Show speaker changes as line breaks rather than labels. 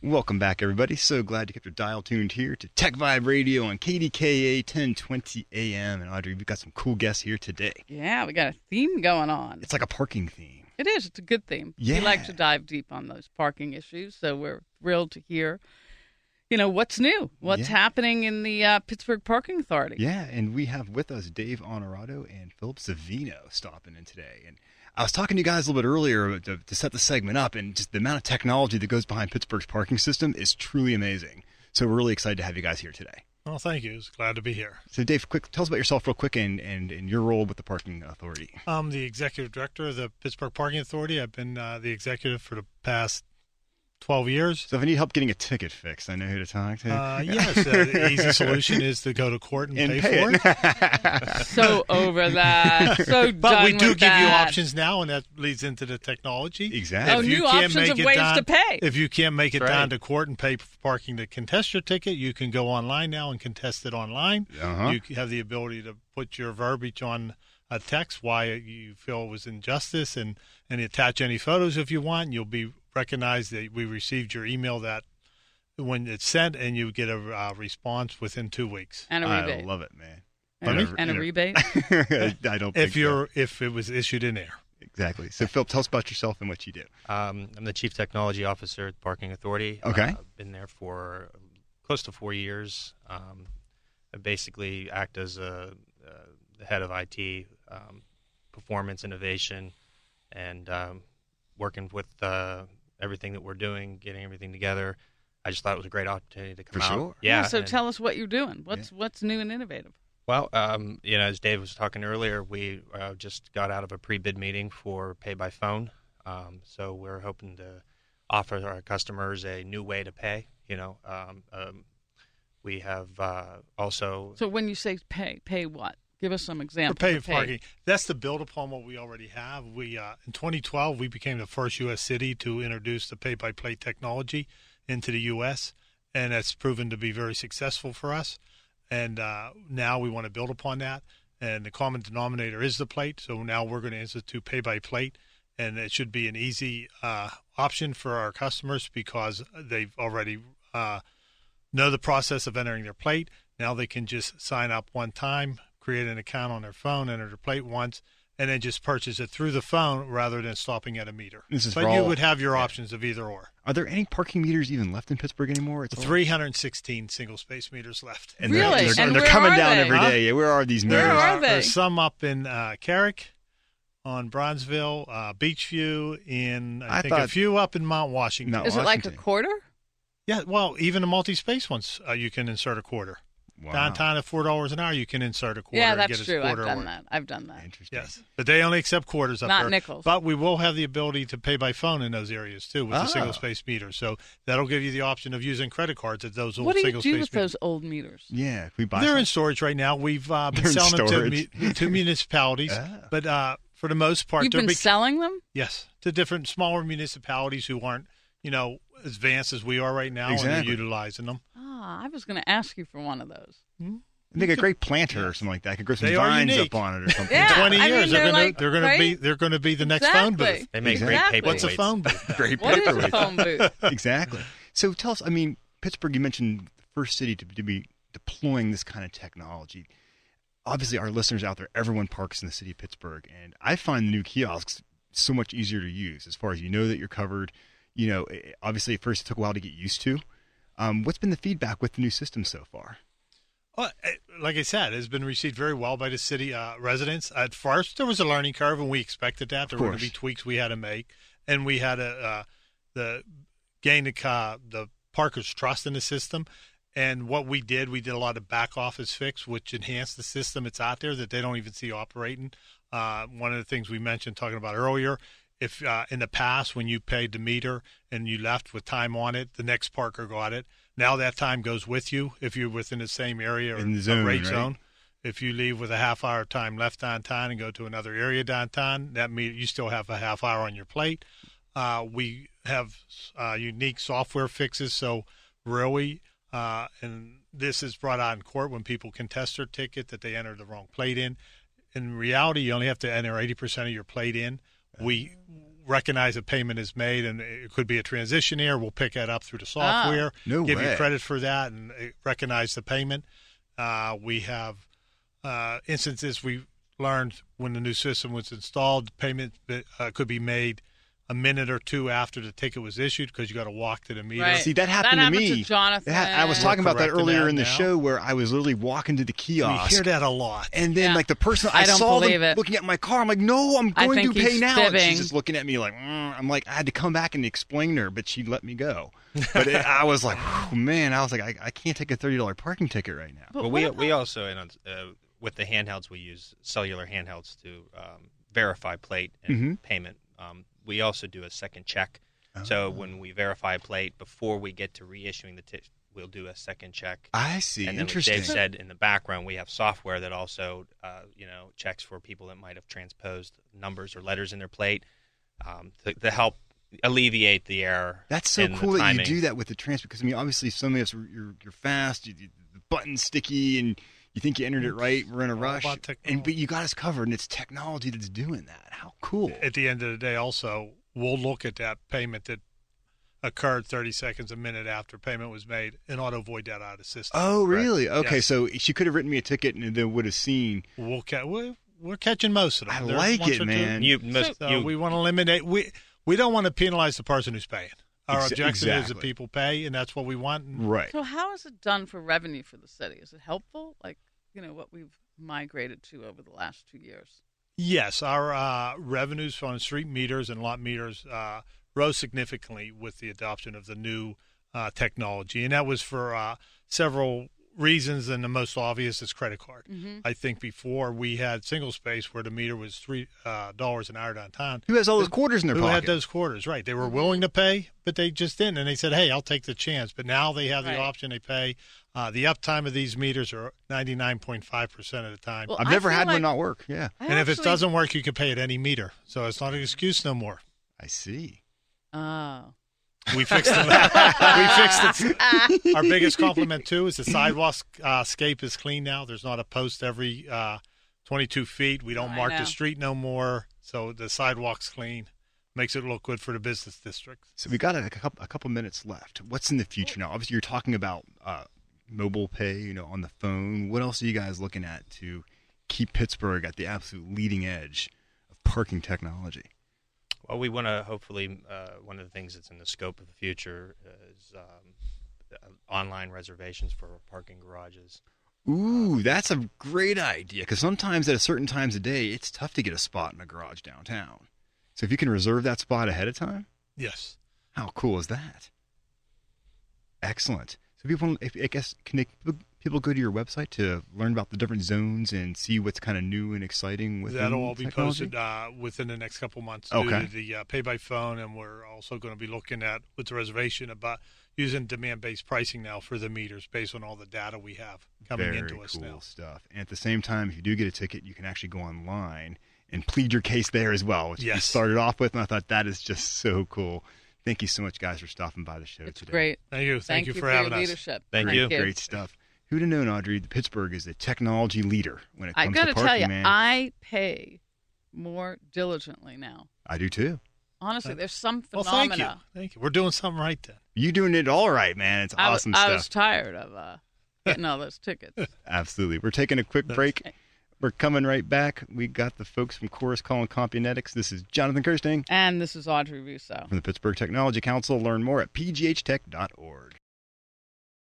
Welcome back, everybody. So glad you kept your dial tuned here to Tech Vibe Radio on KDKA 1020 AM. And Audrey, we've got some cool guests here today.
Yeah, we got a theme going on.
It's like a parking theme.
It is. It's a good theme.
Yeah.
We like to dive deep on those parking issues, so we're thrilled to hear, you know, what's new, what's
Yeah.
happening in the uh, Pittsburgh Parking Authority.
Yeah, and we have with us Dave Honorado and Philip Savino stopping in today. And I was talking to you guys a little bit earlier to, to set the segment up, and just the amount of technology that goes behind Pittsburgh's parking system is truly amazing. So we're really excited to have you guys here today.
Well, thank you. It's glad to be here.
So Dave, quick, tell us about yourself real quick and, and, and your role with the Parking Authority.
I'm the executive director of the Pittsburgh Parking Authority. I've been uh, the executive for the past 12 years.
So if I need help getting a ticket fixed, I know who to talk to.
Uh, yes, uh, the easy solution is to go to court and,
and
pay,
pay
for it.
it.
So over that. So
But we
done
do
with
give
that.
you options now, and that leads into the technology.
exactly.
Oh,
If
new
you can't
options
make
of
it
ways
down-
to pay.
If you can't make it
That's right.
down to court and pay for parking to contest your ticket, you can go online now and contest it online.
Oh,
Uh-huh.
You have the ability to put your verbiage on a text why you feel it was injustice and, and attach any photos if you want. You'll be recognized that we received your email that when it's sent, and you get a uh, response within two weeks.
and a
I
rebate.
love it, man.
and,
Pardon
a,
me?
and a rebate.
I don't. think
If
so.
you're if it was issued in air.
exactly. So Phil, tell us about yourself and what you do.
Um, I'm the chief technology officer at the Parking Authority.
Okay.
Uh, I've been there for close to four years. Um, I basically act as a, uh, the head of IT, um, performance innovation, and um, working with uh, everything that we're doing, getting everything together. I just thought it was a great opportunity to come
For
out.
sure.
Yeah.
So
and-
tell us what you're doing. What's what's new and innovative?
well, um, you know, as Dave was talking earlier, we uh, just got out of a pre-bid meeting for pay by phone. Um, so we're hoping to offer our customers a new way to pay. You know, um, um, we have uh, also
So when you say pay, pay what? Give us some
For
examples.
pay
of
parking. That's to build upon what we already have. We uh, in 2012 we became the first U.S. city to introduce the pay-by-play technology into the U.S. and that's proven to be very successful for us. And uh, now we want to build upon that. And the common denominator is the plate. So now we're going to institute pay-by-plate, and it should be an easy uh, option for our customers because they've already. Uh, know the process of entering their plate. Now they can just sign up one time, create an account on their phone, enter their plate once, and then just purchase it through the phone rather than stopping at a meter.
This is
but
for
you
all-
would have your options of either or.
Are there any parking meters even left in Pittsburgh anymore? It's all-
316 single space meters left.
And
Really?
They're, they're,
And
they're
where
coming
are
down
they?
every
Huh?
day. Yeah, where are these
Where
meters?
are they?
There's some up in uh, Carrick, on Bronzeville, uh, Beachview, in I,
I
think a
thought-
few up in Mount Washington.
No.
Is it like a
Oh, Washington.
quarter?
Yeah, well, even the multi-space ones, uh, you can insert a quarter.
Wow.
Downtown at four dollars an hour, you can insert a quarter.
yeah,
and
that's
get
true.
A
I've
quarter
done
or-
that. I've done that.
Interesting.
Yes, but they only accept quarters up
Not
there.
nickels.
But we will have the ability to pay by phone in those areas too with
Ah.
the single space meter. So that'll give you the option of using credit cards at those old
What do you
single
do
space
with
meters.
those old meters?
Yeah, if we buy.
They're
some-
in storage right now. We've uh, been
They're in
selling them to,
storage.
mu- to municipalities,
Ah.
but uh, for the most part,
You've
they're
been
big-
selling them?
yes to different smaller municipalities who aren't you know as advanced as we are right now and
Exactly.
they're utilizing them.
Ah, I was going to ask you for one of those.
Make a great planter or something like that. I could grow some
They are
vines
unique.
up on it or something.
Yeah,
Twenty
I mean,
years, they're,
they're
gonna
like-
they're gonna
right?
be they're gonna be the next phone
Exactly.
booth.
they make
Exactly.
great
What's a
paperweights.
phone booth?
Great
What is a
paperweight.
phone booth?
exactly. So tell us, I mean, Pittsburgh, you mentioned the first city to, to be deploying this kind of technology. Obviously, our listeners out there, everyone parks in the city of Pittsburgh, and I find the new kiosks so much easier to use as far as you know that you're covered. You know, eh, obviously, at first it took a while to get used to. Um, what's been the feedback with the new system so far?
Well, eh, like I said, it's been received very well by the city uh, residents. At first, there was a learning curve, and we expected that. There were going
course.
to be tweaks we had to make, and we had to uh, the gain the uh, the Parker's trust in the system. And what we did, we did a lot of back office fix, which enhanced the system. It's out there that they don't even see operating. Uh, one of the things we mentioned talking about earlier, if uh, in the past when you paid the meter and you left with time on it, the next Parker got it. Now that time goes with you if you're within the same area or
In the
a
zone,
rate
right?
zone. If you leave with a half hour time left downtown and go to another area downtown, that means you still have a half hour on your plate. Uh, we have uh, unique software fixes, so really, uh, and this is brought out in court when people contest their ticket that they entered the wrong plate in. In reality, you only have to enter eighty percent of your plate in. We recognize a payment is made, and it could be a transition error. We'll pick that up through the software,
No
give
way.
you credit for that, and uh, recognize the payment. Uh, we have uh, instances we learned when the new system was installed, payment uh, could be made a minute or two after the ticket was issued because you got to walk to the meter.
Right.
See, that happened to
happened
me.
to Jonathan.
That- I was
We're
talking about that
correcting
earlier
that
in the
now.
show where I was literally walking to the
We
kiosk.
hear that a lot.
And then,
Yeah.
like the person,
I
I,
don't
saw
believe
them
it.
looking at my car. I'm like, "No, I'm
I
going to
think
pay
he's
now." And
fibbing.
she's just looking at me like, "Mm." "I'm like, I had to come back and explain to her, but she let me go." But it, I was like, "Whew, "Man," I was like, "I, I can't take a thirty dollar parking ticket right now."
But
But we
what
we also and on- uh, with the handhelds we use cellular handhelds to um, verify plate and
Mm-hmm.
Mhm.
payment. Um, we also do a second check.
Oh.
So when we verify a plate before we get to reissuing the ticket, we'll do a second check.
I see.
and then, like
Interesting.
Dave said, in the background, we have software that also, uh, you know, checks for people that might have transposed numbers or letters in their plate um, to, to help alleviate the error.
That's so
in the
cool that you
timing.
do that with the transport. Because I mean, obviously, some of us are- you're, you're fast, you, you- the button's sticky, and you think you entered it right. We're in a
All
rush,
about
and but
technology.
you got us covered, and it's technology that's doing that. How cool!
at the end of the day also we'll look at that payment that occurred 30 seconds a minute after payment was made and auto void that out of the system
Oh,
Correct.
really? Okay,
Yes.
so she could have written me a ticket, and then would have seen.
we'll ca- we're, we're catching most of them
I
There's
like
once
it,
or two.
man.
You, most,
so uh,
you
we want to eliminate we we don't want to penalize the person who's paying our
Ex-
objection is that
exactly.
people pay and that's what we want and
Right.
So how is it done for revenue for the city? Is it helpful? Like you know what we've migrated to over the last two years.
Yes, our uh, revenues on street meters and lot meters uh, rose significantly with the adoption of the new uh, technology, and that was for uh, several reasons. And the most obvious is credit card. I think before we had single space where the meter was three uh, dollars an hour downtown.
Who has all those quarters in their
Who
pocket?
had those quarters? Right, they were willing to pay, but they just didn't, and they said, "Hey, I'll take the chance." But now they have
Right.
the option; they pay. Uh, the uptime of these meters are ninety nine point five percent of the time.
Well,
I've
I
never
feel
had
like-
one not work. Yeah,
I
And if it
actually-
doesn't work, you can pay at any meter. So it's not an excuse no more.
I see.
oh,
We fixed it. we fixed it. Our biggest compliment too is the sidewalk uh, scape is clean now. There's not a post every uh, 22 feet. We don't
I
mark
know.
the street no more. So the sidewalk's clean. Makes it look good for the business district.
So we got a couple, a couple minutes left. What's in the future now? Obviously, you're talking about uh, mobile pay, you know, on the phone. What else are you guys looking at to keep Pittsburgh at the absolute leading edge of parking technology?
Well, we want to hopefully uh, one of the things that's in the scope of the future is um, uh, online reservations for parking garages.
Ooh, that's a great idea. Because sometimes at a certain times of day, it's tough to get a spot in a garage downtown. So if you can reserve that spot ahead of time,
Yes.
How cool is that? Excellent. So people, if, I guess, can they, people go to your website to learn about the different zones and see what's kind of new and exciting with
That'll all be posted uh, within the next couple months due
Okay.
to the uh, pay by phone, and we're also going to be looking at with the reservation about using demand based pricing now for the meters based on all the data we have coming
Very
into us
cool
now.
stuff. And at the same time, if you do get a ticket, you can actually go online and plead your case there as well, which you
Yes.
started off with. And I thought that is just so cool. Thank you so much, guys, for stopping by the show
it's
today.
great.
Thank you. Thank, you, for, having
your
us.
leadership.
Thank
great,
you.
Great stuff. Who'd have known, Audrey? The Pittsburgh is a technology leader when it
I
comes
got
to
to
parking.
tell you,
man,
I pay more diligently now.
I do too.
Honestly, there's some
Well,
phenomena.
thank you. Thank you. We're doing something right then.
You doing it all right, man. It's
I, was-
awesome
I
stuff.
was tired of uh, getting all those tickets.
Absolutely. We're taking a quick break. We're coming right back. We got the folks from Chorus Call and Compunetics. This is Jonathan Kirsting
and this is Audrey Russo.
from the Pittsburgh Technology Council. Learn more at pghtech.org.